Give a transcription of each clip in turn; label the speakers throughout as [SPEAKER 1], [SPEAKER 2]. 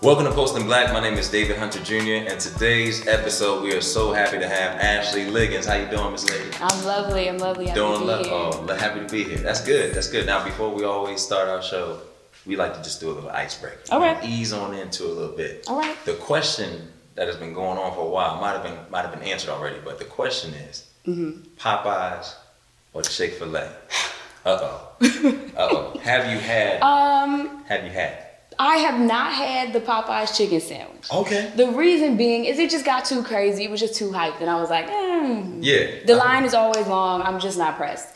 [SPEAKER 1] Welcome to Posting Black. My name is David Hunter Jr. and today's episode we are so happy to have Ashley Liggins. How you doing, Miss Liggins?
[SPEAKER 2] I'm lovely. I'm lovely. I'm
[SPEAKER 1] Doing
[SPEAKER 2] lovely.
[SPEAKER 1] love. Oh, le- happy to be here. That's good. That's good. Now before we always start our show, we like to just do a little icebreaker.
[SPEAKER 2] All right.
[SPEAKER 1] Ease on into a little bit.
[SPEAKER 2] All right.
[SPEAKER 1] The question that has been going on for a while might have been might have been answered already, but the question is
[SPEAKER 2] Mm-hmm.
[SPEAKER 1] Popeyes or Chick Fil A. Uh oh. Uh oh. Have you had?
[SPEAKER 2] Um,
[SPEAKER 1] have you had?
[SPEAKER 2] I have not had the Popeyes chicken sandwich.
[SPEAKER 1] Okay.
[SPEAKER 2] The reason being is it just got too crazy. It was just too hyped, and I was like, mm.
[SPEAKER 1] Yeah.
[SPEAKER 2] The line is always long. I'm just not pressed.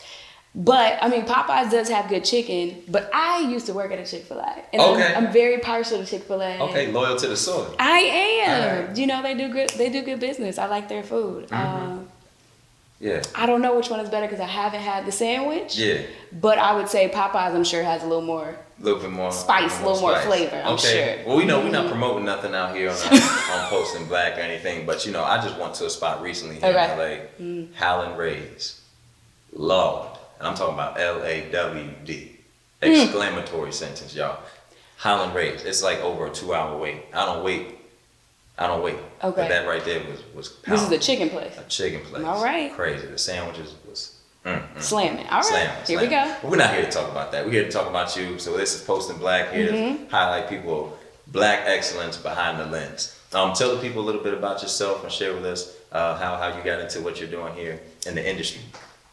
[SPEAKER 2] But I mean, Popeyes does have good chicken. But I used to work at a Chick Fil A, and I'm-
[SPEAKER 1] Okay.
[SPEAKER 2] I'm, very partial to Chick Fil A.
[SPEAKER 1] Okay. Loyal to the soil.
[SPEAKER 2] I am.
[SPEAKER 1] All right. Mm-hmm.
[SPEAKER 2] You know they do good. They do good business. I like their food. Um,
[SPEAKER 1] Yeah.
[SPEAKER 2] I don't know which one is better because I haven't had the sandwich.
[SPEAKER 1] Yeah.
[SPEAKER 2] But I would say Popeyes. I'm sure has a little more
[SPEAKER 1] A little bit more
[SPEAKER 2] Spice, little more
[SPEAKER 1] spice.
[SPEAKER 2] flavor, I'm sure. Mm-hmm.
[SPEAKER 1] Well, we know we're not promoting nothing out here on, our, on Post and Black or anything, but you know, I just went to a spot recently here
[SPEAKER 2] Mm.
[SPEAKER 1] in LA, Howland Rays, Lord, and I'm talking about L A W D,
[SPEAKER 2] Mm.
[SPEAKER 1] exclamatory sentence, y'all. Howland Rays. It's like over a two-hour wait. I don't wait. I don't wait. But
[SPEAKER 2] Okay.
[SPEAKER 1] that right there was was.
[SPEAKER 2] This is a
[SPEAKER 1] pounding.
[SPEAKER 2] chicken place.
[SPEAKER 1] A chicken place.
[SPEAKER 2] All right.
[SPEAKER 1] Crazy. The sandwiches was. mm, mm.
[SPEAKER 2] Slam it. All right.
[SPEAKER 1] Slam,
[SPEAKER 2] Here we
[SPEAKER 1] slam.
[SPEAKER 2] go.
[SPEAKER 1] But we're not here to talk about that. We're here to talk about you. So this is Posting Black here
[SPEAKER 2] Mm-hmm.
[SPEAKER 1] to highlight people black excellence behind the lens. Um, tell the people a little bit about yourself and share with us uh, how, how you got into what you're doing here in the industry.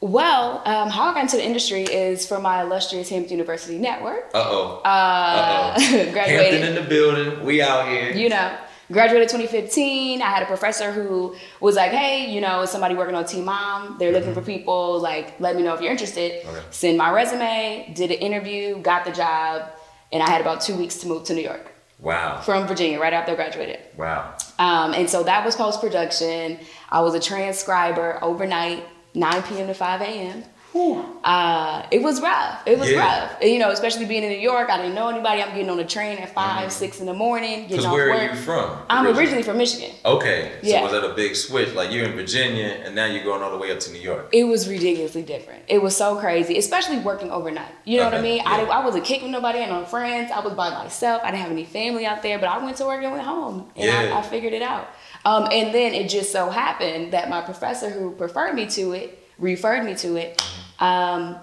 [SPEAKER 2] Well, um, how I got into the industry is from my illustrious Hampton University network.
[SPEAKER 1] Uh oh.
[SPEAKER 2] Uh,
[SPEAKER 1] Hampton
[SPEAKER 2] graduated,
[SPEAKER 1] in the building. We out here.
[SPEAKER 2] you know, graduated 2015. I had a professor who was like, "Hey, you know, is somebody working on Team Mom? They're looking for people. Like, let me know if you're interested.
[SPEAKER 1] Mm-hmm. Okay.
[SPEAKER 2] Send my resume. Did an interview, got the job, and I had about two weeks to move to New York
[SPEAKER 1] Wow.
[SPEAKER 2] from Virginia right after I graduated.
[SPEAKER 1] Wow.
[SPEAKER 2] Um, and so that was post production. I was a transcriber overnight, 9 p.m. to 5 a.m. Uh, it was rough. It was
[SPEAKER 1] Yeah.
[SPEAKER 2] rough. And, You know, especially being in New York, I didn't know anybody. I'm getting on a train at 5, 6 in the morning,
[SPEAKER 1] Because
[SPEAKER 2] getting
[SPEAKER 1] Mm-hmm.
[SPEAKER 2] off
[SPEAKER 1] where
[SPEAKER 2] work.
[SPEAKER 1] are you from?
[SPEAKER 2] I'm originally from Michigan.
[SPEAKER 1] Okay. So
[SPEAKER 2] Yeah.
[SPEAKER 1] was that a big switch? Like you're in Virginia and now you're going all the way up to New York.
[SPEAKER 2] It was ridiculously different. It was so crazy, especially working overnight. You know what I
[SPEAKER 1] Okay,
[SPEAKER 2] mean? I,
[SPEAKER 1] yeah.
[SPEAKER 2] I wasn't kicking nobody, I had no friends. I was by myself. I didn't have any family out there, but I went to work and went home. And
[SPEAKER 1] Yeah.
[SPEAKER 2] I, I figured it out. Um, and then it just so happened that my professor who preferred me to it, referred me to it, um,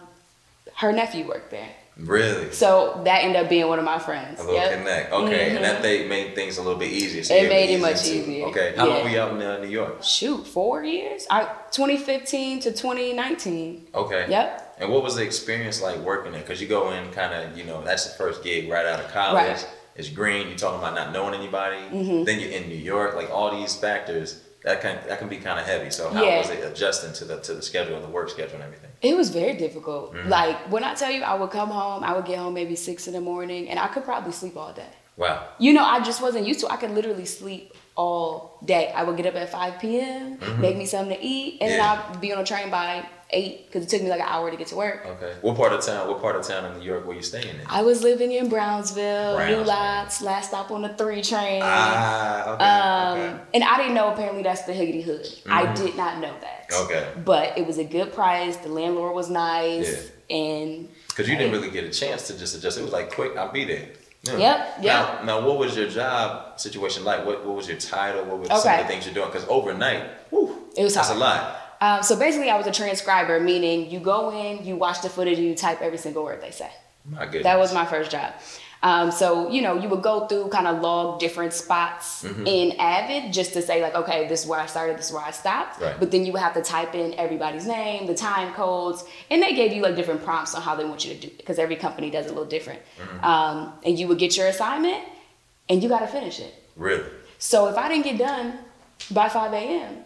[SPEAKER 2] her nephew worked there.
[SPEAKER 1] Really?
[SPEAKER 2] So that ended up being one of my friends.
[SPEAKER 1] A little
[SPEAKER 2] Yep. Mm-hmm.
[SPEAKER 1] connect. Okay, and that they made things a little bit easier. So
[SPEAKER 2] It
[SPEAKER 1] you're
[SPEAKER 2] made it
[SPEAKER 1] easy
[SPEAKER 2] much
[SPEAKER 1] to-
[SPEAKER 2] easier.
[SPEAKER 1] Okay, how long
[SPEAKER 2] Yeah.
[SPEAKER 1] were you out in uh, New York?
[SPEAKER 2] Shoot, four years? I, 2015 to 2019.
[SPEAKER 1] Okay.
[SPEAKER 2] Yep.
[SPEAKER 1] And what was the experience like working there? Because you go in kind of, you know, that's the first gig right out of college.
[SPEAKER 2] Right. Mm-hmm.
[SPEAKER 1] It's green. You're talking about not knowing anybody. Then you're in New York. Like all these factors, that can that can be kind of heavy. So how
[SPEAKER 2] Yeah.
[SPEAKER 1] was it adjusting to the to the schedule and the work schedule and everything?
[SPEAKER 2] It was very difficult. Like when I tell you, I would come home, I would get home maybe six in the morning, and I could probably sleep all day.
[SPEAKER 1] Wow.
[SPEAKER 2] You know, I just wasn't used to. I could literally sleep all day. I would get up at five p.m., make me something to eat, and
[SPEAKER 1] Mm-hmm. Yeah.
[SPEAKER 2] then I'd be on a train by eight because it took me like an hour to get to work.
[SPEAKER 1] Okay. What part of town? What part of town in New York were you staying in?
[SPEAKER 2] I was living in Brownsville,
[SPEAKER 1] Brownsville.
[SPEAKER 2] new lots, last stop on the three train.
[SPEAKER 1] Ah.
[SPEAKER 2] Um,
[SPEAKER 1] Okay. Mm-hmm.
[SPEAKER 2] And I didn't know apparently that's the Higgity Hood. I did not know that.
[SPEAKER 1] Okay.
[SPEAKER 2] But it was a good price. The landlord was nice. And
[SPEAKER 1] Because you didn't really get a chance to just adjust. It was like, quick, I'll be there. Yeah.
[SPEAKER 2] Yep, yep.
[SPEAKER 1] Now, now, what was your job situation like? What, what was your title? What were some of
[SPEAKER 2] Okay.
[SPEAKER 1] the things you're doing? Because overnight, whew,
[SPEAKER 2] It was
[SPEAKER 1] that's
[SPEAKER 2] hard.
[SPEAKER 1] a lot.
[SPEAKER 2] Um, so basically, I was a transcriber, meaning you go in, you watch the footage, and you type every single word they say.
[SPEAKER 1] My goodness.
[SPEAKER 2] That was my first job. Um, so you know, you would go through kind of log different spots
[SPEAKER 1] Mm-hmm.
[SPEAKER 2] in Avid just to say like, okay, this is where I started, this is where I stopped.
[SPEAKER 1] Right.
[SPEAKER 2] But then you would have to type in everybody's name, the time codes, and they gave you like different prompts on how they want you to do it because every company does it a little different.
[SPEAKER 1] Mm-hmm.
[SPEAKER 2] Um, and you would get your assignment, and you got to finish it.
[SPEAKER 1] really.
[SPEAKER 2] So if I didn't get done by five a.m.,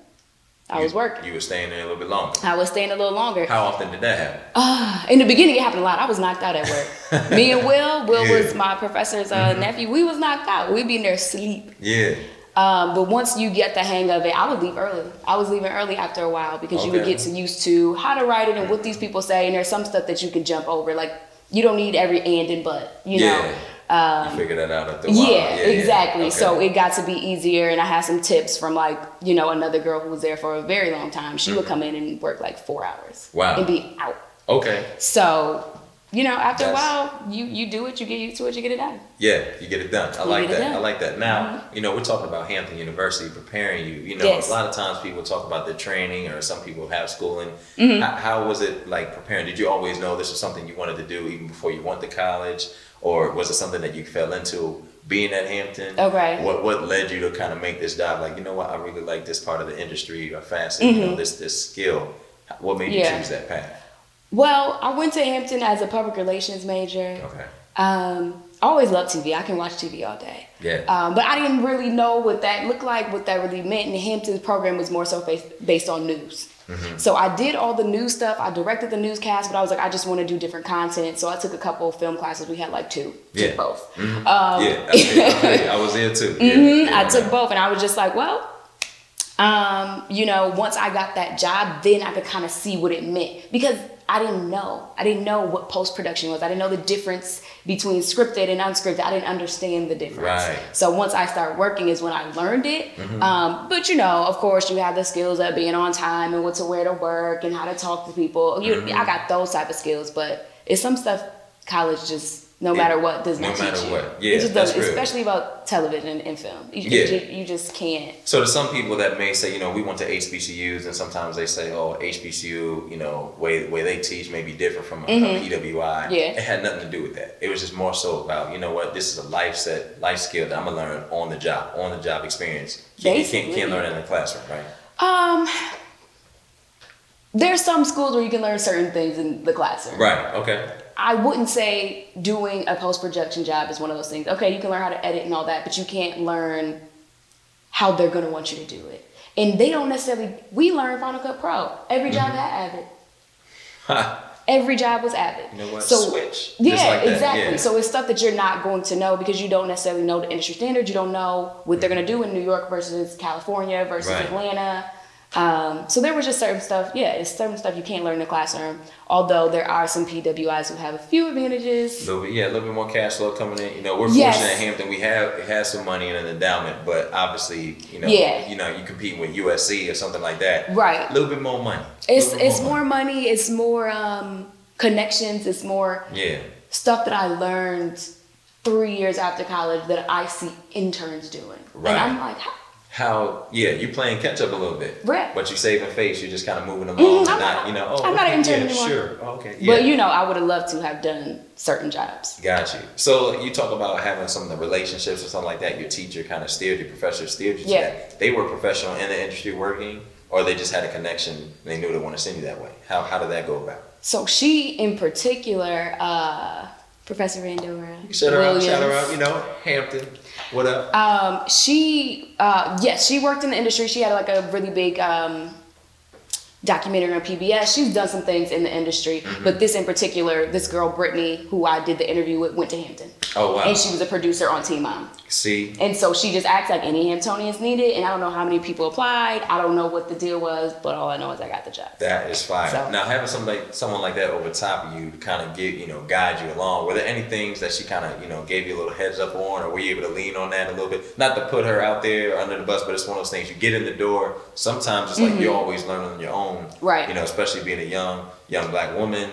[SPEAKER 2] I
[SPEAKER 1] You-
[SPEAKER 2] was working.
[SPEAKER 1] You were staying there a little bit longer.
[SPEAKER 2] I was staying a little longer.
[SPEAKER 1] How often did that happen?
[SPEAKER 2] Oh. In the beginning, it happened a lot. I was knocked out at work. Me and Will, Will
[SPEAKER 1] Yeah. Mm-hmm.
[SPEAKER 2] was my professor's uh, nephew. We was knocked out. We'd be in there sleep.
[SPEAKER 1] yeah.
[SPEAKER 2] Um, but once you get the hang of it, I would leave early. I was leaving early after a while because you would
[SPEAKER 1] Okay.
[SPEAKER 2] get to used to how to write it and what these people say. And there's some stuff that you can jump over. Like you don't need every and and but. You know. um,
[SPEAKER 1] yeah. you figure that out after a while.
[SPEAKER 2] Yeah, exactly.
[SPEAKER 1] Okay.
[SPEAKER 2] So it got to be easier, and I had some tips from like you know another girl who was there for a very
[SPEAKER 1] Mm-hmm.
[SPEAKER 2] long time. She would come in and work like four hours,
[SPEAKER 1] Wow.
[SPEAKER 2] and be out.
[SPEAKER 1] okay.
[SPEAKER 2] So you know, after That's, a while, you you do it, you get used to it, you get it done.
[SPEAKER 1] Yeah, you get it done. I you like that. I like that. Now, mm-hmm. you know, we're talking about Hampton University preparing you. You know, yes. a lot of times people talk about the training, or some people have schooling. Mm-hmm. How, how was it like preparing? Did you always know this was something you wanted to do even before you went to college, or was it something that you fell into? being at Hampton.
[SPEAKER 2] Oh, right.
[SPEAKER 1] What what led you to kind of make this job? Like, you know what, I really like this part of the industry or fashion, mm-hmm. you know, this this skill. What made yeah. you choose that path?
[SPEAKER 2] Well, I went to Hampton as a public relations major.
[SPEAKER 1] Okay.
[SPEAKER 2] Um, I always loved TV. I can watch TV all day.
[SPEAKER 1] Yeah.
[SPEAKER 2] Um, but I didn't really know what that looked like, what that really meant. And Hampton's program was more so based on news. Mm-hmm. So I did all the news stuff. I directed the newscast, but I was like, I just want to do different content. So I took a couple film classes. We had like two,
[SPEAKER 1] yeah.
[SPEAKER 2] took both.
[SPEAKER 1] Mm-hmm. Um, yeah, I, mean, I, was there too. Yeah,
[SPEAKER 2] mm-hmm. yeah, I took both, and I was just like, well, um, you know, once I got that job, then I could kind of see what it meant because I didn't know. I didn't know what post production was. I didn't know the difference between scripted and unscripted. I didn't understand the difference.
[SPEAKER 1] Right.
[SPEAKER 2] So once I started working is when I learned it. Mm-hmm. Um, but you know, of course, you have the skills of being on time and what to wear to work and how to talk to people. You, mm-hmm. I got those type of skills, but it's some stuff college just no yeah. matter what does not no teach you.
[SPEAKER 1] What. Yeah,
[SPEAKER 2] it just does, especially about television and film. You, yeah. you, you, just can't.
[SPEAKER 1] So to some people that may say, you know, we went to HBCUs, and sometimes they say, oh, HBCU, you know, way way they teach may be different from a, mm-hmm. a PWI.
[SPEAKER 2] Yeah.
[SPEAKER 1] It had nothing to do with that. It was just more so about, you know, what this is a life set life skill that I'm gonna learn on the job, on the job experience. Can, you can't, can't learn in the classroom, right?
[SPEAKER 2] Um, there's some schools where you can learn certain things in the classroom.
[SPEAKER 1] Right. Okay.
[SPEAKER 2] I wouldn't say doing a post production job is one of those things. Okay, you can learn how to edit and all that, but you can't learn how they're going to want you to do it. And they don't necessarily. We learn Final Cut Pro. Every job mm-hmm. had Avid. Huh. Every job was Avid.
[SPEAKER 1] You know what? So, Switch.
[SPEAKER 2] Yeah, like exactly. Yeah. So it's stuff that you're not going to know because you don't necessarily know the industry standards. You don't know what they're going to do in New York versus California versus right. Atlanta. Um, so there was just certain stuff, yeah, it's certain stuff you can't learn in the classroom. Although there are some PWIs who have a few advantages.
[SPEAKER 1] A little bit, yeah, a little bit more cash flow coming in. You know, we're yes. fortunate at Hampton we have has some money in an endowment, but obviously, you know,
[SPEAKER 2] yeah.
[SPEAKER 1] you know, you compete with USC or something like that.
[SPEAKER 2] Right.
[SPEAKER 1] A little bit more money.
[SPEAKER 2] It's it's more money. money. It's more um, connections. It's more
[SPEAKER 1] yeah
[SPEAKER 2] stuff that I learned three years after college that I see interns doing, right. and I'm like
[SPEAKER 1] how yeah you playing catch up a little bit
[SPEAKER 2] right Mm-hmm.
[SPEAKER 1] but you saving face you're just kind of moving along mm, I'm not, you know oh,
[SPEAKER 2] i'm okay, not an intern
[SPEAKER 1] yeah,
[SPEAKER 2] anymore
[SPEAKER 1] sure oh, okay
[SPEAKER 2] yeah. but you know i would have loved to have done certain jobs
[SPEAKER 1] got you so you talk about having some of the relationships or something like that your teacher kind of steered your professor steered you
[SPEAKER 2] yeah.
[SPEAKER 1] That. they were professional in the industry working or they just had a connection and they knew they want to send you that way how, how did that go about
[SPEAKER 2] so she in particular uh, Professor Randora.
[SPEAKER 1] Shout her Williams. out, shout her out, you know, Hampton. What up?
[SPEAKER 2] Um, she, uh, yes, she worked in the industry. She had like a really big um, documentary on PBS. She's done some things in the industry, mm-hmm. but this in particular, this girl Brittany, who I did the interview with, went to Hampton.
[SPEAKER 1] Oh wow!
[SPEAKER 2] And she was a producer on Team Mom.
[SPEAKER 1] See.
[SPEAKER 2] And so she just acts like any Hamptonians needed, and I don't know how many people applied. I don't know what the deal was, but all I know is I got the job.
[SPEAKER 1] That is fire. So. Now having somebody, someone like that over top of you to kind of get you know guide you along. Were there any things that she kind of you know gave you a little heads up on, or were you able to lean on that a little bit? Not to put her out there under the bus, but it's one of those things. You get in the door. Sometimes it's like mm-hmm. you're always learning on your own.
[SPEAKER 2] Right.
[SPEAKER 1] You know, especially being a young young black woman.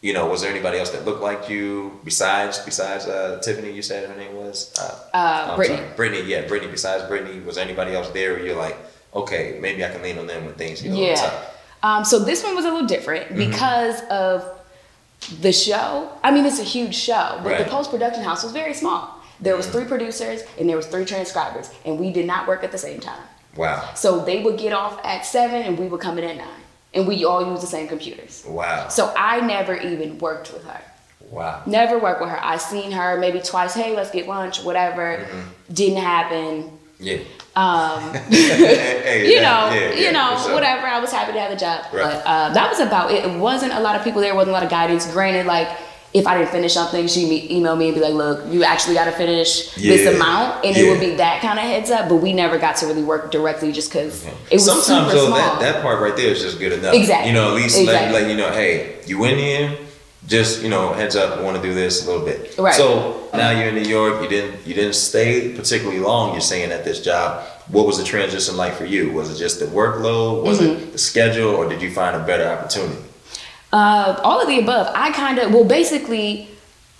[SPEAKER 1] You know, was there anybody else that looked like you besides besides uh, Tiffany? You said her name was
[SPEAKER 2] uh, uh, Brittany.
[SPEAKER 1] Sorry, Brittany, yeah, Brittany. Besides Brittany, was there anybody else there? Where you're like, okay, maybe I can lean on them when things get
[SPEAKER 2] yeah.
[SPEAKER 1] tough.
[SPEAKER 2] Um, so this one was a little different because mm-hmm. of the show. I mean, it's a huge show, but
[SPEAKER 1] right.
[SPEAKER 2] the post production house was very small. There was mm-hmm. three producers and there was three transcribers, and we did not work at the same time.
[SPEAKER 1] Wow.
[SPEAKER 2] So they would get off at seven and we would come in at nine. And we all use the same computers.
[SPEAKER 1] Wow.
[SPEAKER 2] So I never even worked with her.
[SPEAKER 1] Wow.
[SPEAKER 2] Never worked with her. I seen her maybe twice, hey, let's get lunch, whatever. Mm-hmm. Didn't happen.
[SPEAKER 1] Yeah.
[SPEAKER 2] Um, hey, you know, yeah, yeah, you know, sure. whatever. I was happy to have the job.
[SPEAKER 1] Right.
[SPEAKER 2] But uh, that was about it. It wasn't a lot of people there, wasn't a lot of guidance. Granted, like if I didn't finish something, she me- email me and be like, "Look, you actually got to finish yeah. this amount," and yeah. it would be that kind of heads up. But we never got to really work directly just because okay. it was
[SPEAKER 1] sometimes
[SPEAKER 2] super
[SPEAKER 1] though
[SPEAKER 2] small.
[SPEAKER 1] that that part right there is just good enough.
[SPEAKER 2] Exactly.
[SPEAKER 1] You know, at least
[SPEAKER 2] exactly.
[SPEAKER 1] let, let you know, hey, you in here. Just you know, heads up. Want to do this a little bit.
[SPEAKER 2] Right.
[SPEAKER 1] So now you're in New York. You didn't you didn't stay particularly long. You're saying at this job. What was the transition like for you? Was it just the workload? Was mm-hmm. it the schedule, or did you find a better opportunity?
[SPEAKER 2] Uh, all of the above. I kind of, well, basically,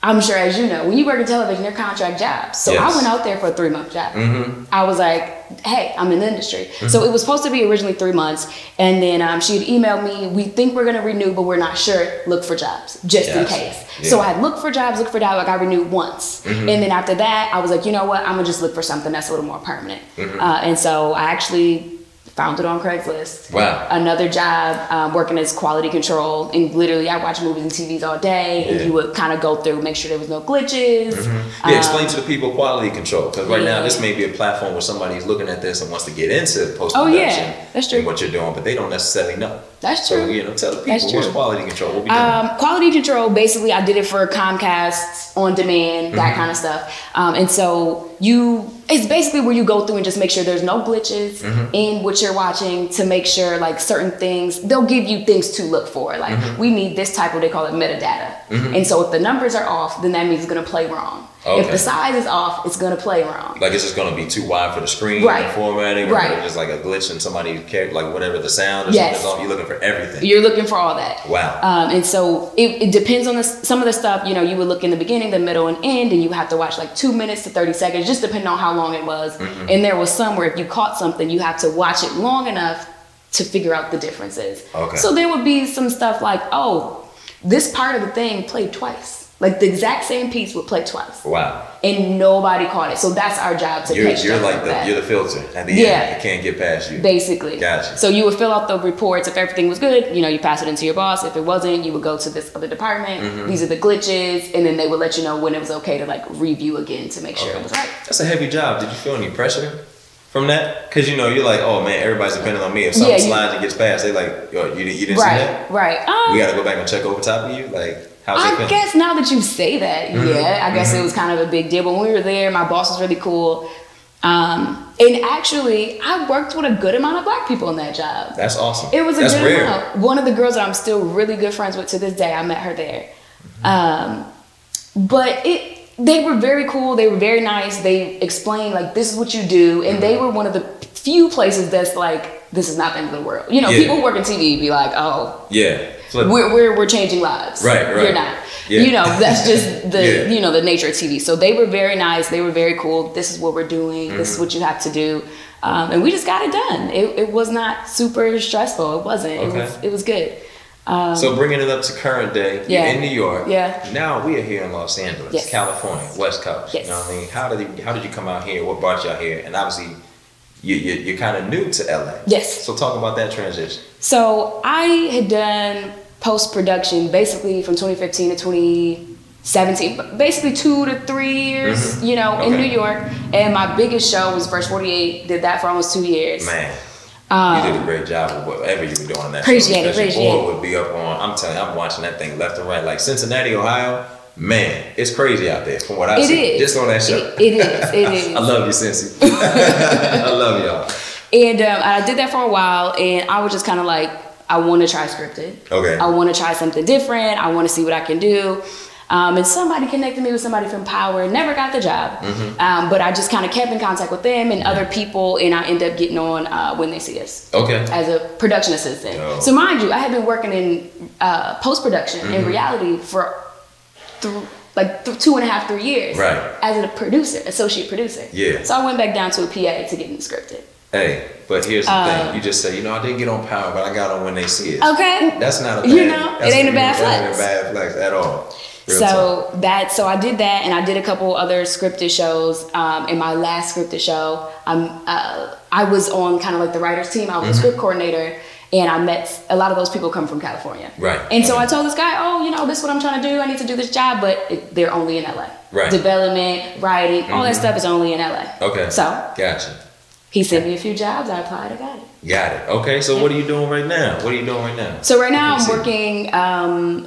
[SPEAKER 2] I'm sure as you know, when you work in television, they're contract jobs. So
[SPEAKER 1] Yes.
[SPEAKER 2] I went out there for a three month job.
[SPEAKER 1] Mhm.
[SPEAKER 2] I was like, hey, I'm in the industry.
[SPEAKER 1] Mm-hmm.
[SPEAKER 2] So it was supposed to be originally three months. And then um, she had emailed me, we think we're going to renew, but we're not sure. Look for jobs just in
[SPEAKER 1] Yes.
[SPEAKER 2] case. So
[SPEAKER 1] Yeah. Mm-hmm.
[SPEAKER 2] I looked for jobs, looked for jobs. I got renewed once. And then after that, I was like, you know what? I'm going to just look for something that's a little more permanent.
[SPEAKER 1] Mm-hmm.
[SPEAKER 2] Uh, and so I actually found it on Craigslist
[SPEAKER 1] Wow.
[SPEAKER 2] another job um, working as quality control and literally i watch movies and tvs all day and
[SPEAKER 1] Yeah. Mm-hmm.
[SPEAKER 2] you would kind of go through make sure there was no glitches
[SPEAKER 1] Yeah,
[SPEAKER 2] Um,
[SPEAKER 1] explain to the people quality control because right now
[SPEAKER 2] yeah.
[SPEAKER 1] this may be a platform where somebody's looking at this and wants to get into post production.
[SPEAKER 2] Oh, yeah. That's true.
[SPEAKER 1] And what you're doing, but they don't necessarily know.
[SPEAKER 2] That's
[SPEAKER 1] So
[SPEAKER 2] true.
[SPEAKER 1] you know, tell the
[SPEAKER 2] That's
[SPEAKER 1] people what's
[SPEAKER 2] true.
[SPEAKER 1] quality control. What we doing?
[SPEAKER 2] um, quality control basically i did it for comcast on demand
[SPEAKER 1] Mm-hmm.
[SPEAKER 2] that kind of stuff um, and so you it's basically where you go through and just make sure there's no glitches
[SPEAKER 1] Mm-hmm.
[SPEAKER 2] in what you're watching to make sure like certain things they'll give you things to look for like
[SPEAKER 1] Mm-hmm.
[SPEAKER 2] we need this type of they call it metadata and so if the numbers are off then that means it's going to play wrong if
[SPEAKER 1] Okay.
[SPEAKER 2] the size is off it's going to play wrong
[SPEAKER 1] like it's just gonna be too wide for the screen,
[SPEAKER 2] Right.
[SPEAKER 1] the formatting,
[SPEAKER 2] Right.
[SPEAKER 1] or just like a glitch in somebody's character, like whatever the sound or
[SPEAKER 2] Yes.
[SPEAKER 1] something's off. You're looking for everything.
[SPEAKER 2] You're looking for all that.
[SPEAKER 1] Wow.
[SPEAKER 2] Um, and so it, it depends on the, some of the stuff, you know, you would look in the beginning, the middle, and end, and you have to watch like two minutes to 30 seconds, just depending on how long it was.
[SPEAKER 1] Mm-hmm.
[SPEAKER 2] And there was some where if you caught something, you have to watch it long enough to figure out the differences.
[SPEAKER 1] Okay.
[SPEAKER 2] So there would be some stuff like, oh, this part of the thing played twice. Like the exact same piece would play twice.
[SPEAKER 1] wow.
[SPEAKER 2] And nobody caught it. So that's our job to
[SPEAKER 1] You're,
[SPEAKER 2] catch
[SPEAKER 1] you're
[SPEAKER 2] stuff
[SPEAKER 1] like the
[SPEAKER 2] that
[SPEAKER 1] you're the filter at the
[SPEAKER 2] Yeah.
[SPEAKER 1] end. It can't get past you.
[SPEAKER 2] basically.
[SPEAKER 1] Gotcha.
[SPEAKER 2] So you would fill out the reports. If everything was good, you know, you pass it into your boss. If it wasn't, you would go to this other department.
[SPEAKER 1] Mm-hmm.
[SPEAKER 2] These are the glitches, and then they would let you know when it was okay to like review again to make sure it was right.
[SPEAKER 1] That's a heavy job. Did you feel any pressure from that? Because you know you're like, oh man, everybody's depending on me. If something
[SPEAKER 2] Yeah, you-
[SPEAKER 1] slides and gets past, they like, yo, you, didn't- you didn't see that.
[SPEAKER 2] Right, right. Um,
[SPEAKER 1] We gotta go back and check over top of you. Like, how's it
[SPEAKER 2] I
[SPEAKER 1] feeling?
[SPEAKER 2] guess now that you say that,
[SPEAKER 1] Mm-hmm.
[SPEAKER 2] yeah, I guess it was kind of a big deal. But when we were there, my boss was really cool. Um, and actually, I worked with a good amount of black people in that job.
[SPEAKER 1] That's awesome.
[SPEAKER 2] It was a
[SPEAKER 1] That's
[SPEAKER 2] good
[SPEAKER 1] rare.
[SPEAKER 2] amount. One of the girls that I'm still really good friends with to this day, I met her there.
[SPEAKER 1] Mm-hmm.
[SPEAKER 2] Um, but it they were very cool, they were very nice. They explained like this is what you do, and they
[SPEAKER 1] Mm-hmm.
[SPEAKER 2] were one of the few places that's like this is not the end of the world. You know,
[SPEAKER 1] Yeah.
[SPEAKER 2] people working TV be like, oh,
[SPEAKER 1] Yeah. Flip.
[SPEAKER 2] we're, we're we're changing lives.
[SPEAKER 1] Right, right.
[SPEAKER 2] You're not.
[SPEAKER 1] Yeah.
[SPEAKER 2] You know, that's just the
[SPEAKER 1] Yeah.
[SPEAKER 2] you know the nature of TV. So they were very nice. They were very cool. This is what we're doing. This
[SPEAKER 1] Mm-hmm.
[SPEAKER 2] is what you have to do. Um, and we just got it done. It, it was not super stressful. It wasn't.
[SPEAKER 1] Okay.
[SPEAKER 2] It was it was good.
[SPEAKER 1] so bringing it up to current day, you're
[SPEAKER 2] Yeah.
[SPEAKER 1] in New York.
[SPEAKER 2] Yeah.
[SPEAKER 1] Now we are here in Los Angeles,
[SPEAKER 2] Yes.
[SPEAKER 1] California, West Coast.
[SPEAKER 2] Yes.
[SPEAKER 1] You know what I mean? How did you, how did you come out here? What brought y'all here? And obviously, you, you you're kind of new to LA.
[SPEAKER 2] Yes.
[SPEAKER 1] So talk about that transition.
[SPEAKER 2] So I had done post production basically from 2015 to 2017, but basically two to three years, you know, in
[SPEAKER 1] Mm-hmm. Okay.
[SPEAKER 2] New York. And my biggest show was Verse 48. Did that for almost two years.
[SPEAKER 1] Man,
[SPEAKER 2] Um,
[SPEAKER 1] you did a great job of whatever you were doing on that
[SPEAKER 2] Appreciate
[SPEAKER 1] show.
[SPEAKER 2] it,
[SPEAKER 1] because your
[SPEAKER 2] appreciate
[SPEAKER 1] boy would be up on. I'm telling you, I'm watching that thing left and right. Like Cincinnati, Ohio. Man, it's crazy out there from what I
[SPEAKER 2] It
[SPEAKER 1] see.
[SPEAKER 2] is.
[SPEAKER 1] Just on that show.
[SPEAKER 2] It- it is. It is.
[SPEAKER 1] I love you, Cincy. I love y'all.
[SPEAKER 2] And um, I did that for a while, and I was just kind of like, I want to try scripted.
[SPEAKER 1] Okay.
[SPEAKER 2] I want to try something different. I want to see what I can do. Um, and somebody connected me with somebody from Power. Never got the job,
[SPEAKER 1] Mm-hmm.
[SPEAKER 2] um, but I just kind of kept in contact with them and other people, and I ended up getting on uh, when they see us
[SPEAKER 1] Okay.
[SPEAKER 2] as a production assistant.
[SPEAKER 1] Oh.
[SPEAKER 2] So mind you, I had been working in uh, post production
[SPEAKER 1] Mm-hmm.
[SPEAKER 2] in reality for th- like th- two and a half, three years
[SPEAKER 1] Right.
[SPEAKER 2] as a producer, associate producer.
[SPEAKER 1] Yeah.
[SPEAKER 2] So I went back down to a PA to get in scripted.
[SPEAKER 1] Hey, but here's the
[SPEAKER 2] Uh,
[SPEAKER 1] thing. You just say, you know, I didn't get on power, but I got on when they see it.
[SPEAKER 2] Okay.
[SPEAKER 1] That's not a bad,
[SPEAKER 2] You know, it
[SPEAKER 1] that's
[SPEAKER 2] ain't a bad
[SPEAKER 1] that ain't
[SPEAKER 2] flex.
[SPEAKER 1] a bad flex at all. Real talk.
[SPEAKER 2] so that so I did that, and I did a couple other scripted shows. Um, in my last scripted show, I'm uh, I was on kind of like the writers team. I was
[SPEAKER 1] Mm-hmm.
[SPEAKER 2] the script coordinator, and I met a lot of those people come from California.
[SPEAKER 1] Right.
[SPEAKER 2] And so I told this guy, oh, you know, this is what I'm trying to do. I need to do this job, but it, they're only in LA.
[SPEAKER 1] Right. Mm-hmm.
[SPEAKER 2] Development, writing, all that stuff is only in LA.
[SPEAKER 1] Okay.
[SPEAKER 2] So
[SPEAKER 1] Gotcha.
[SPEAKER 2] he sent me a few jobs. I applied. I got it.
[SPEAKER 1] Got it. Okay, so what are you doing right now? What are you doing right now?
[SPEAKER 2] So right
[SPEAKER 1] Let me
[SPEAKER 2] now I'm
[SPEAKER 1] see.
[SPEAKER 2] working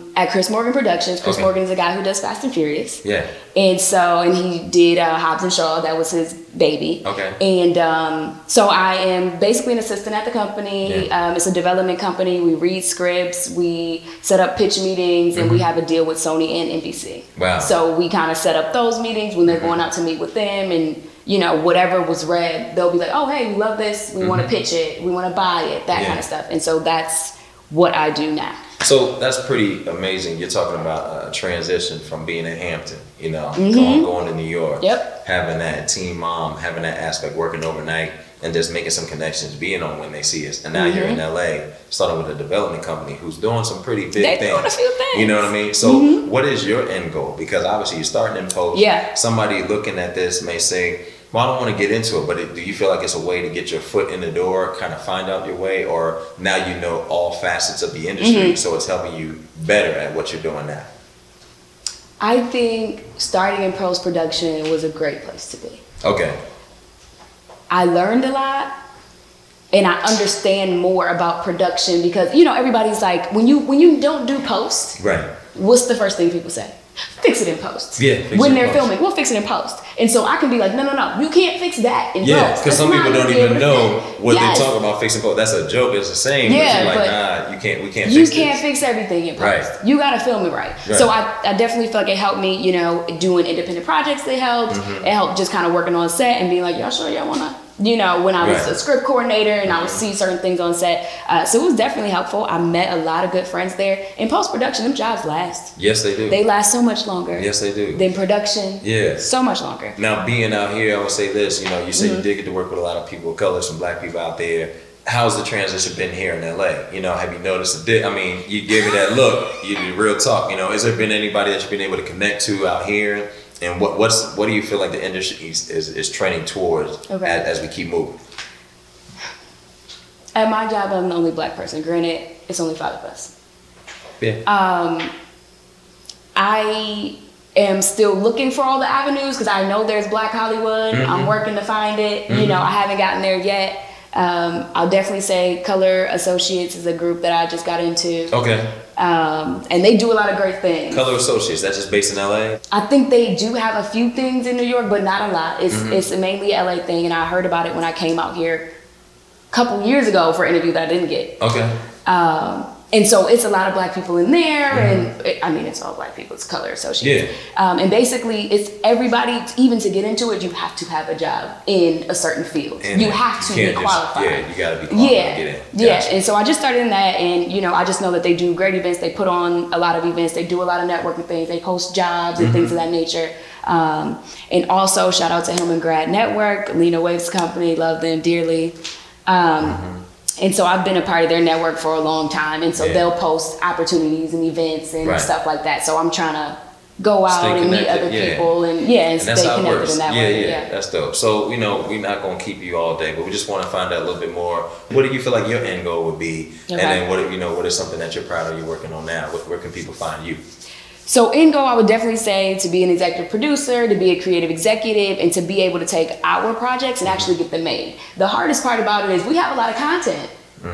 [SPEAKER 2] um, at Chris Morgan Productions. Chris
[SPEAKER 1] Okay.
[SPEAKER 2] Morgan is a guy who does Fast and Furious.
[SPEAKER 1] Yeah.
[SPEAKER 2] And so, and he did uh, Hobbs and Shaw. That was his baby.
[SPEAKER 1] Okay.
[SPEAKER 2] And um, so I am basically an assistant at the company.
[SPEAKER 1] Yeah.
[SPEAKER 2] Um, it's a development company. We read scripts. We set up pitch meetings, and we have a deal with Sony and NBC.
[SPEAKER 1] Mm-hmm. Wow. Mm-hmm.
[SPEAKER 2] So we kind of set up those meetings when they're going out to meet with them, and you know whatever was read, they'll be like, "Oh, hey, we love this. We want to pitch it. We want to buy it. That
[SPEAKER 1] Mm-hmm. Yeah.
[SPEAKER 2] kind of stuff." And so that's what I do now.
[SPEAKER 1] So that's pretty amazing. You're talking about a transition from being in Hampton, you know, mm-hmm. going, going to New York,
[SPEAKER 2] Yep.
[SPEAKER 1] having that team mom, having that aspect, working overnight, and just making some connections, being on when they see us. And now you're
[SPEAKER 2] Mm-hmm.
[SPEAKER 1] in LA, starting with a development company who's doing some pretty big
[SPEAKER 2] They
[SPEAKER 1] things.
[SPEAKER 2] doing a few things.
[SPEAKER 1] You know what I mean? So what is your end goal? Because obviously you're starting in post.
[SPEAKER 2] Mm-hmm. Yeah.
[SPEAKER 1] Somebody looking at this may say, well, I don't want to get into it, but it, do you feel like it's a way to get your foot in the door, kind of find out your way, or now you know all facets of the industry,
[SPEAKER 2] Mm-hmm.
[SPEAKER 1] so it's helping you better at what you're doing now?
[SPEAKER 2] I think starting in post production was a great place to be.
[SPEAKER 1] Okay.
[SPEAKER 2] I learned a lot and I understand more about production because you know everybody's like when you when you don't do post,
[SPEAKER 1] Right.
[SPEAKER 2] what's the first thing people say? Fix it in post.
[SPEAKER 1] Yeah, fix it
[SPEAKER 2] When
[SPEAKER 1] in
[SPEAKER 2] they're
[SPEAKER 1] post.
[SPEAKER 2] filming, we'll fix it in post. And so I can be like, no, no, no, you can't fix that in
[SPEAKER 1] Yeah,
[SPEAKER 2] post.
[SPEAKER 1] because some
[SPEAKER 2] That's
[SPEAKER 1] people
[SPEAKER 2] not
[SPEAKER 1] don't
[SPEAKER 2] gonna
[SPEAKER 1] even
[SPEAKER 2] be able to
[SPEAKER 1] know
[SPEAKER 2] fix it."
[SPEAKER 1] what
[SPEAKER 2] Yes.
[SPEAKER 1] they talk about fixing code. That's a joke. It's a saying.
[SPEAKER 2] Yeah,
[SPEAKER 1] but you're like,
[SPEAKER 2] but
[SPEAKER 1] nah, you can't. We can't.
[SPEAKER 2] you
[SPEAKER 1] fix
[SPEAKER 2] can't
[SPEAKER 1] This.
[SPEAKER 2] fix everything in post.
[SPEAKER 1] Right.
[SPEAKER 2] You gotta film it right.
[SPEAKER 1] Right.
[SPEAKER 2] So I, I definitely feel like it helped me, you know, doing independent projects. It helped.
[SPEAKER 1] Mm-hmm.
[SPEAKER 2] It helped just kind of working on set and being like, y'all sure y'all wanna, you know, when I was
[SPEAKER 1] Right. Mm-hmm.
[SPEAKER 2] a script coordinator and I would see certain things on set. Uh, so it was definitely helpful. I met a lot of good friends there. In post production, them jobs last.
[SPEAKER 1] Yes, they do.
[SPEAKER 2] They last so much longer.
[SPEAKER 1] yes, they do.
[SPEAKER 2] Than production.
[SPEAKER 1] Yeah.
[SPEAKER 2] So much longer.
[SPEAKER 1] Now, being out here, I would say this. You know, you
[SPEAKER 2] Mm-hmm.
[SPEAKER 1] say you did get to work with a lot of people of color, some black people out there. How's the transition been here in LA? You know, have you noticed a di I mean, you gave me that look. You did real talk. You know, has there been anybody that you've been able to connect to out here? And what what's what do you feel like the industry is is, is trending towards
[SPEAKER 2] Okay.
[SPEAKER 1] as, as we keep moving?
[SPEAKER 2] At my job, I'm the only black person. Granted, it's only five of us.
[SPEAKER 1] Yeah.
[SPEAKER 2] Uh, I am still looking for all the avenues because I know there's Black Hollywood. I'm working to find it. You know, I haven't gotten there yet. Um, I'll definitely say Color Associates is a group that I just got into,
[SPEAKER 1] okay.
[SPEAKER 2] um, and they do a lot of great things.
[SPEAKER 1] Color Associates. That's just based in LA.
[SPEAKER 2] I think they do have a few things in New York, but not a lot. It's it's mainly a LA thing, and I heard about it when I came out here a couple years ago for an interview that I didn't get.
[SPEAKER 1] Okay.
[SPEAKER 2] and so it's a lot of black people in there
[SPEAKER 1] Mm-hmm.
[SPEAKER 2] and it, i mean it's all black people it's color associated um, and basically it's everybody even to get into it you have to have a job in a certain field
[SPEAKER 1] And
[SPEAKER 2] you have to be
[SPEAKER 1] can't just-
[SPEAKER 2] qualified
[SPEAKER 1] yeah, you gotta be qualified
[SPEAKER 2] yeah
[SPEAKER 1] to Oh, get in.
[SPEAKER 2] yeah
[SPEAKER 1] Gotcha.
[SPEAKER 2] and so i just started in that and you know i just know that they do great events they put on a lot of events they do a lot of networking things they post jobs and things of
[SPEAKER 1] Mm-hmm.
[SPEAKER 2] that nature um, and also shout out to Hillman grad network lena waves company love them dearly Um, and so I've been a part of their network for a long time. And so
[SPEAKER 1] Mm-hmm. Yeah.
[SPEAKER 2] they'll post opportunities and events and
[SPEAKER 1] Right.
[SPEAKER 2] stuff like that. So I'm trying to go out
[SPEAKER 1] Stay
[SPEAKER 2] and meet
[SPEAKER 1] connected,
[SPEAKER 2] other
[SPEAKER 1] yeah.
[SPEAKER 2] people and yeah, and,
[SPEAKER 1] And that's
[SPEAKER 2] stay
[SPEAKER 1] how it
[SPEAKER 2] connected
[SPEAKER 1] works.
[SPEAKER 2] in that
[SPEAKER 1] yeah,
[SPEAKER 2] way.
[SPEAKER 1] yeah, that's dope. So you know, we're not gonna keep you all day, but we just want to find out a little bit more. What do you feel like your end goal would be, and
[SPEAKER 2] Okay.
[SPEAKER 1] then what you know, what is something that you're proud of you're working on now? Where, where can people find you?
[SPEAKER 2] So in Go, I would definitely say to be an executive producer, to be a creative executive, and to be able to take our projects and actually get them made. The hardest part about it is we have a lot of content,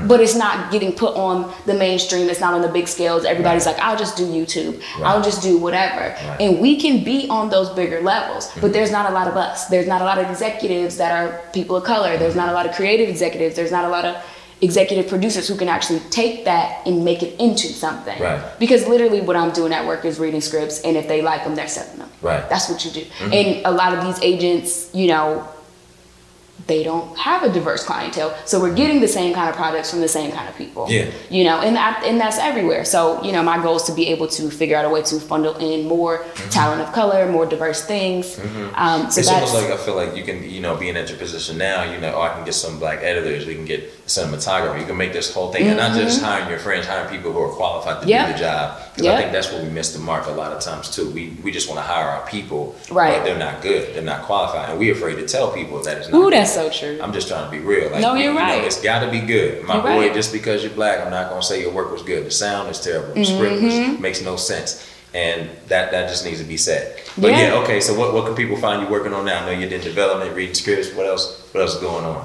[SPEAKER 2] but it's not getting put on the mainstream. It's not on the big scales. Everybody's like, I'll just do YouTube. I'll just do whatever.
[SPEAKER 1] Right. Mm-hmm.
[SPEAKER 2] And we can be on those bigger levels, but there's not a lot of us. There's not a lot of executives that are people of color. There's not a lot of creative executives. There's not a lot of executive producers who can actually take that and make it into something.
[SPEAKER 1] Right.
[SPEAKER 2] Because literally, what I'm doing at work is reading scripts, and if they like them, they're selling them.
[SPEAKER 1] Right. Mm-hmm.
[SPEAKER 2] That's what you do. And a lot of these agents, you know, they don't have a diverse clientele, so we're getting the same kind of products from the same kind of people.
[SPEAKER 1] Yeah.
[SPEAKER 2] You know, and that, and that's everywhere. So you know, my goal is to be able to figure out a way to funnel in more talent of color, more diverse things. Um, so
[SPEAKER 1] Mm-hmm. it's
[SPEAKER 2] that's
[SPEAKER 1] almost like I feel like you can, you know, being at your position now, you know, oh, I can get some black editors, we can get cinematographer, you can make this whole thing, and not just hiring your friends, hiring people who are qualified to
[SPEAKER 2] Mm-hmm. Yeah.
[SPEAKER 1] do the job. 'Cause
[SPEAKER 2] Yeah.
[SPEAKER 1] I think that's where we miss the mark a lot of times too. We we just want to hire our people,
[SPEAKER 2] Right.
[SPEAKER 1] But they're not good, they're not qualified, and we're afraid to tell people that it's not.
[SPEAKER 2] ooh,
[SPEAKER 1] good.
[SPEAKER 2] that's so true.
[SPEAKER 1] I'm just trying to be real. Like,
[SPEAKER 2] No,
[SPEAKER 1] you-
[SPEAKER 2] you're
[SPEAKER 1] you know,
[SPEAKER 2] right.
[SPEAKER 1] it's got to be good. My
[SPEAKER 2] You're
[SPEAKER 1] boy,
[SPEAKER 2] right.
[SPEAKER 1] just because you're black, I'm not gonna say your work was good. The sound is terrible. The script
[SPEAKER 2] Mm-hmm.
[SPEAKER 1] was, makes no sense, and that that just needs to be said. But yeah,
[SPEAKER 2] Yeah.
[SPEAKER 1] okay. So what what can people find you working on now? I know you did development, reading scripts. What else? What else is going on?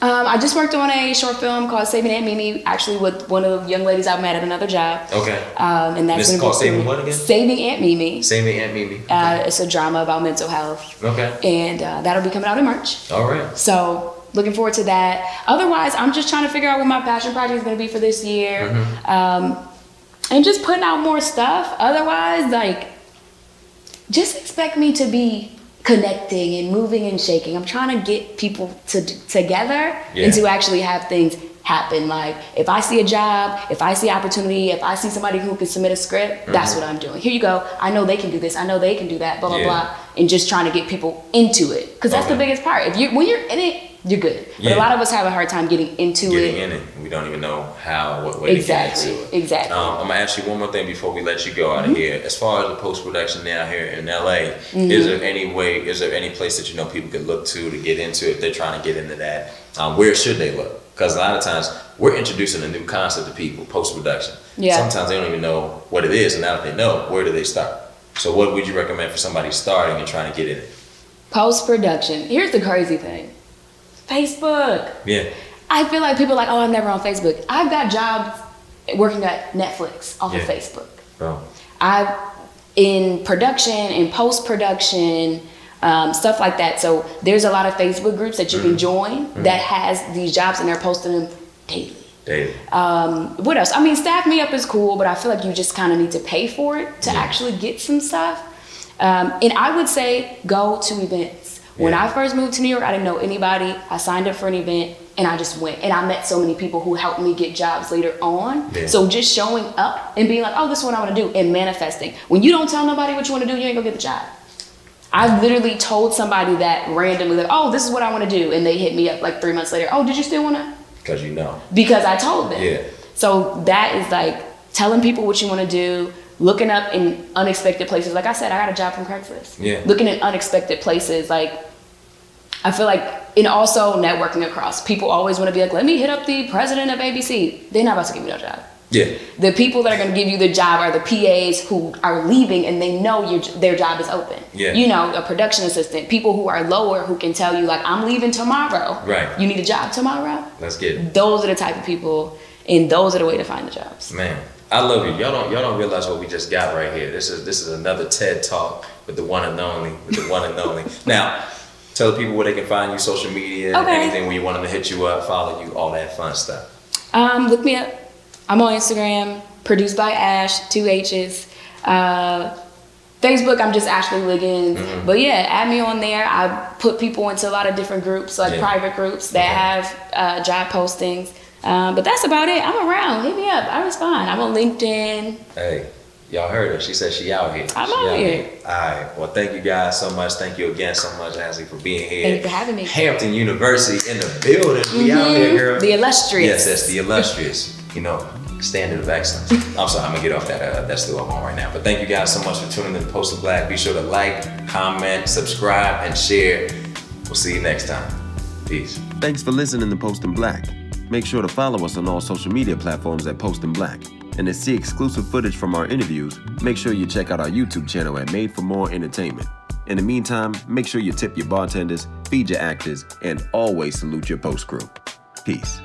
[SPEAKER 2] Um, I just worked on a short film called Saving Aunt Mimi, actually with one of the young ladies I met at another job.
[SPEAKER 1] Okay.
[SPEAKER 2] Um, and that's
[SPEAKER 1] This is
[SPEAKER 2] gonna be
[SPEAKER 1] called Saving
[SPEAKER 2] soon.
[SPEAKER 1] what again?
[SPEAKER 2] Saving Aunt Mimi.
[SPEAKER 1] Same thing, Aunt Mimi.
[SPEAKER 2] Uh, it's a drama about mental health,
[SPEAKER 1] okay.
[SPEAKER 2] and uh, that'll be coming out in March.
[SPEAKER 1] All right.
[SPEAKER 2] So looking forward to that. Otherwise, I'm just trying to figure out what my passion project is going to be for this year, um, and just putting out more stuff. Otherwise, like, just expect me to be connecting and moving and shaking. I'm trying to get people to together
[SPEAKER 1] Yeah.
[SPEAKER 2] and to actually have things happen. Like if I see a job, if I see opportunity, if I see somebody who can submit a script, mm-hmm. that's what I'm doing. Here you go. I know they can do this. I know they can do that. Blah blah yeah. blah. And just trying to get people into it because that's okay. the biggest part. If you when you're in it, you're good. Yeah. But a lot of us have a hard time getting into
[SPEAKER 1] getting
[SPEAKER 2] it.
[SPEAKER 1] in it. We don't even know how, what way to
[SPEAKER 2] exactly.
[SPEAKER 1] get into
[SPEAKER 2] it. Exactly.
[SPEAKER 1] Um, I'm gonna ask you one more thing before we let you go out mm-hmm. of here. As far as the post production down here in LA, mm-hmm. is there any way? Is there any place that you know people could look to to get into if they're trying to get into that? Um, where should they look? Because a lot of times we're introducing a new concept to people post production. Yeah. Sometimes they don't even know what it is, and now that they know, where do they start? So, what would you recommend for somebody starting and trying to get in it?
[SPEAKER 2] Post production. Here's the crazy thing. Facebook.
[SPEAKER 1] Yeah.
[SPEAKER 2] I feel like people are like, oh, I'm never on Facebook. I've got jobs working at Netflix off yeah. of Facebook.
[SPEAKER 1] Bro.
[SPEAKER 2] I in production in post production. Um, stuff like that. So there's a lot of Facebook groups that you mm. can join mm. that has these jobs and they're posting them daily.
[SPEAKER 1] Daily.
[SPEAKER 2] Um, what else? I mean, staff me up is cool, but I feel like you just kind of need to pay for it to yeah. actually get some stuff. Um, and I would say go to events. When yeah. I first moved to New York, I didn't know anybody. I signed up for an event and I just went. And I met so many people who helped me get jobs later on. Yeah. So just showing up and being like, oh, this is what I want to do and manifesting. When you don't tell nobody what you want to do, you ain't going to get the job. I literally told somebody that randomly, like, oh, this is what I want to do. And they hit me up like three months later, oh, did you still want to?
[SPEAKER 1] Because you know.
[SPEAKER 2] Because I told them.
[SPEAKER 1] Yeah.
[SPEAKER 2] So that is like telling people what you want to do, looking up in unexpected places. Like I said, I got a job from Craigslist.
[SPEAKER 1] Yeah.
[SPEAKER 2] Looking in unexpected places, like I feel like, and also networking across. People always want to be like, let me hit up the president of ABC. They're not about to give me no job.
[SPEAKER 1] Yeah.
[SPEAKER 2] The people that are going to give you the job are the PAs who are leaving and they know your, their job is open.
[SPEAKER 1] Yeah.
[SPEAKER 2] You know, a production assistant, people who are lower who can tell you, like, I'm leaving tomorrow.
[SPEAKER 1] Right.
[SPEAKER 2] You need a job tomorrow?
[SPEAKER 1] Let's get it.
[SPEAKER 2] Those are the type of people, and those are the way to find the jobs.
[SPEAKER 1] Man. I love you. Y'all don't y'all don't realize what we just got right here. This is this is another TED talk with the one and only, with the one and only. Now, tell the people where they can find you, social media, okay. anything where you want them to hit you up, follow you, all that fun stuff.
[SPEAKER 2] Um, look me up. I'm on Instagram, produced by Ash, two H's. Uh, Facebook, I'm just Ashley Liggins. Mm-hmm. But yeah, add me on there. I put people into a lot of different groups, like yeah. private groups that mm-hmm. have uh, job postings. Um, but that's about it. I'm around. Hit me up. I respond. I'm on LinkedIn.
[SPEAKER 1] Hey, y'all heard her. She said she out here.
[SPEAKER 2] I'm
[SPEAKER 1] she
[SPEAKER 2] out, here.
[SPEAKER 1] here. All right. Well, thank you guys so much. Thank you again so much, Ashley, for being here.
[SPEAKER 2] Thank you for having me.
[SPEAKER 1] Hampton University in the building. Mm-hmm. We out here, girl.
[SPEAKER 2] The illustrious.
[SPEAKER 1] Yes, that's the illustrious. you know, standard of excellence. I'm sorry, I'm gonna get off that. Uh, that's still up on right now. But thank you guys so much for tuning in to Post of Black. Be sure to like, comment, subscribe, and share. We'll see you next time. Peace.
[SPEAKER 3] Thanks for listening to Post in Black. Make sure to follow us on all social media platforms at Post in Black. And to see exclusive footage from our interviews, make sure you check out our YouTube channel at Made for More Entertainment. In the meantime, make sure you tip your bartenders, feed your actors, and always salute your post crew. Peace.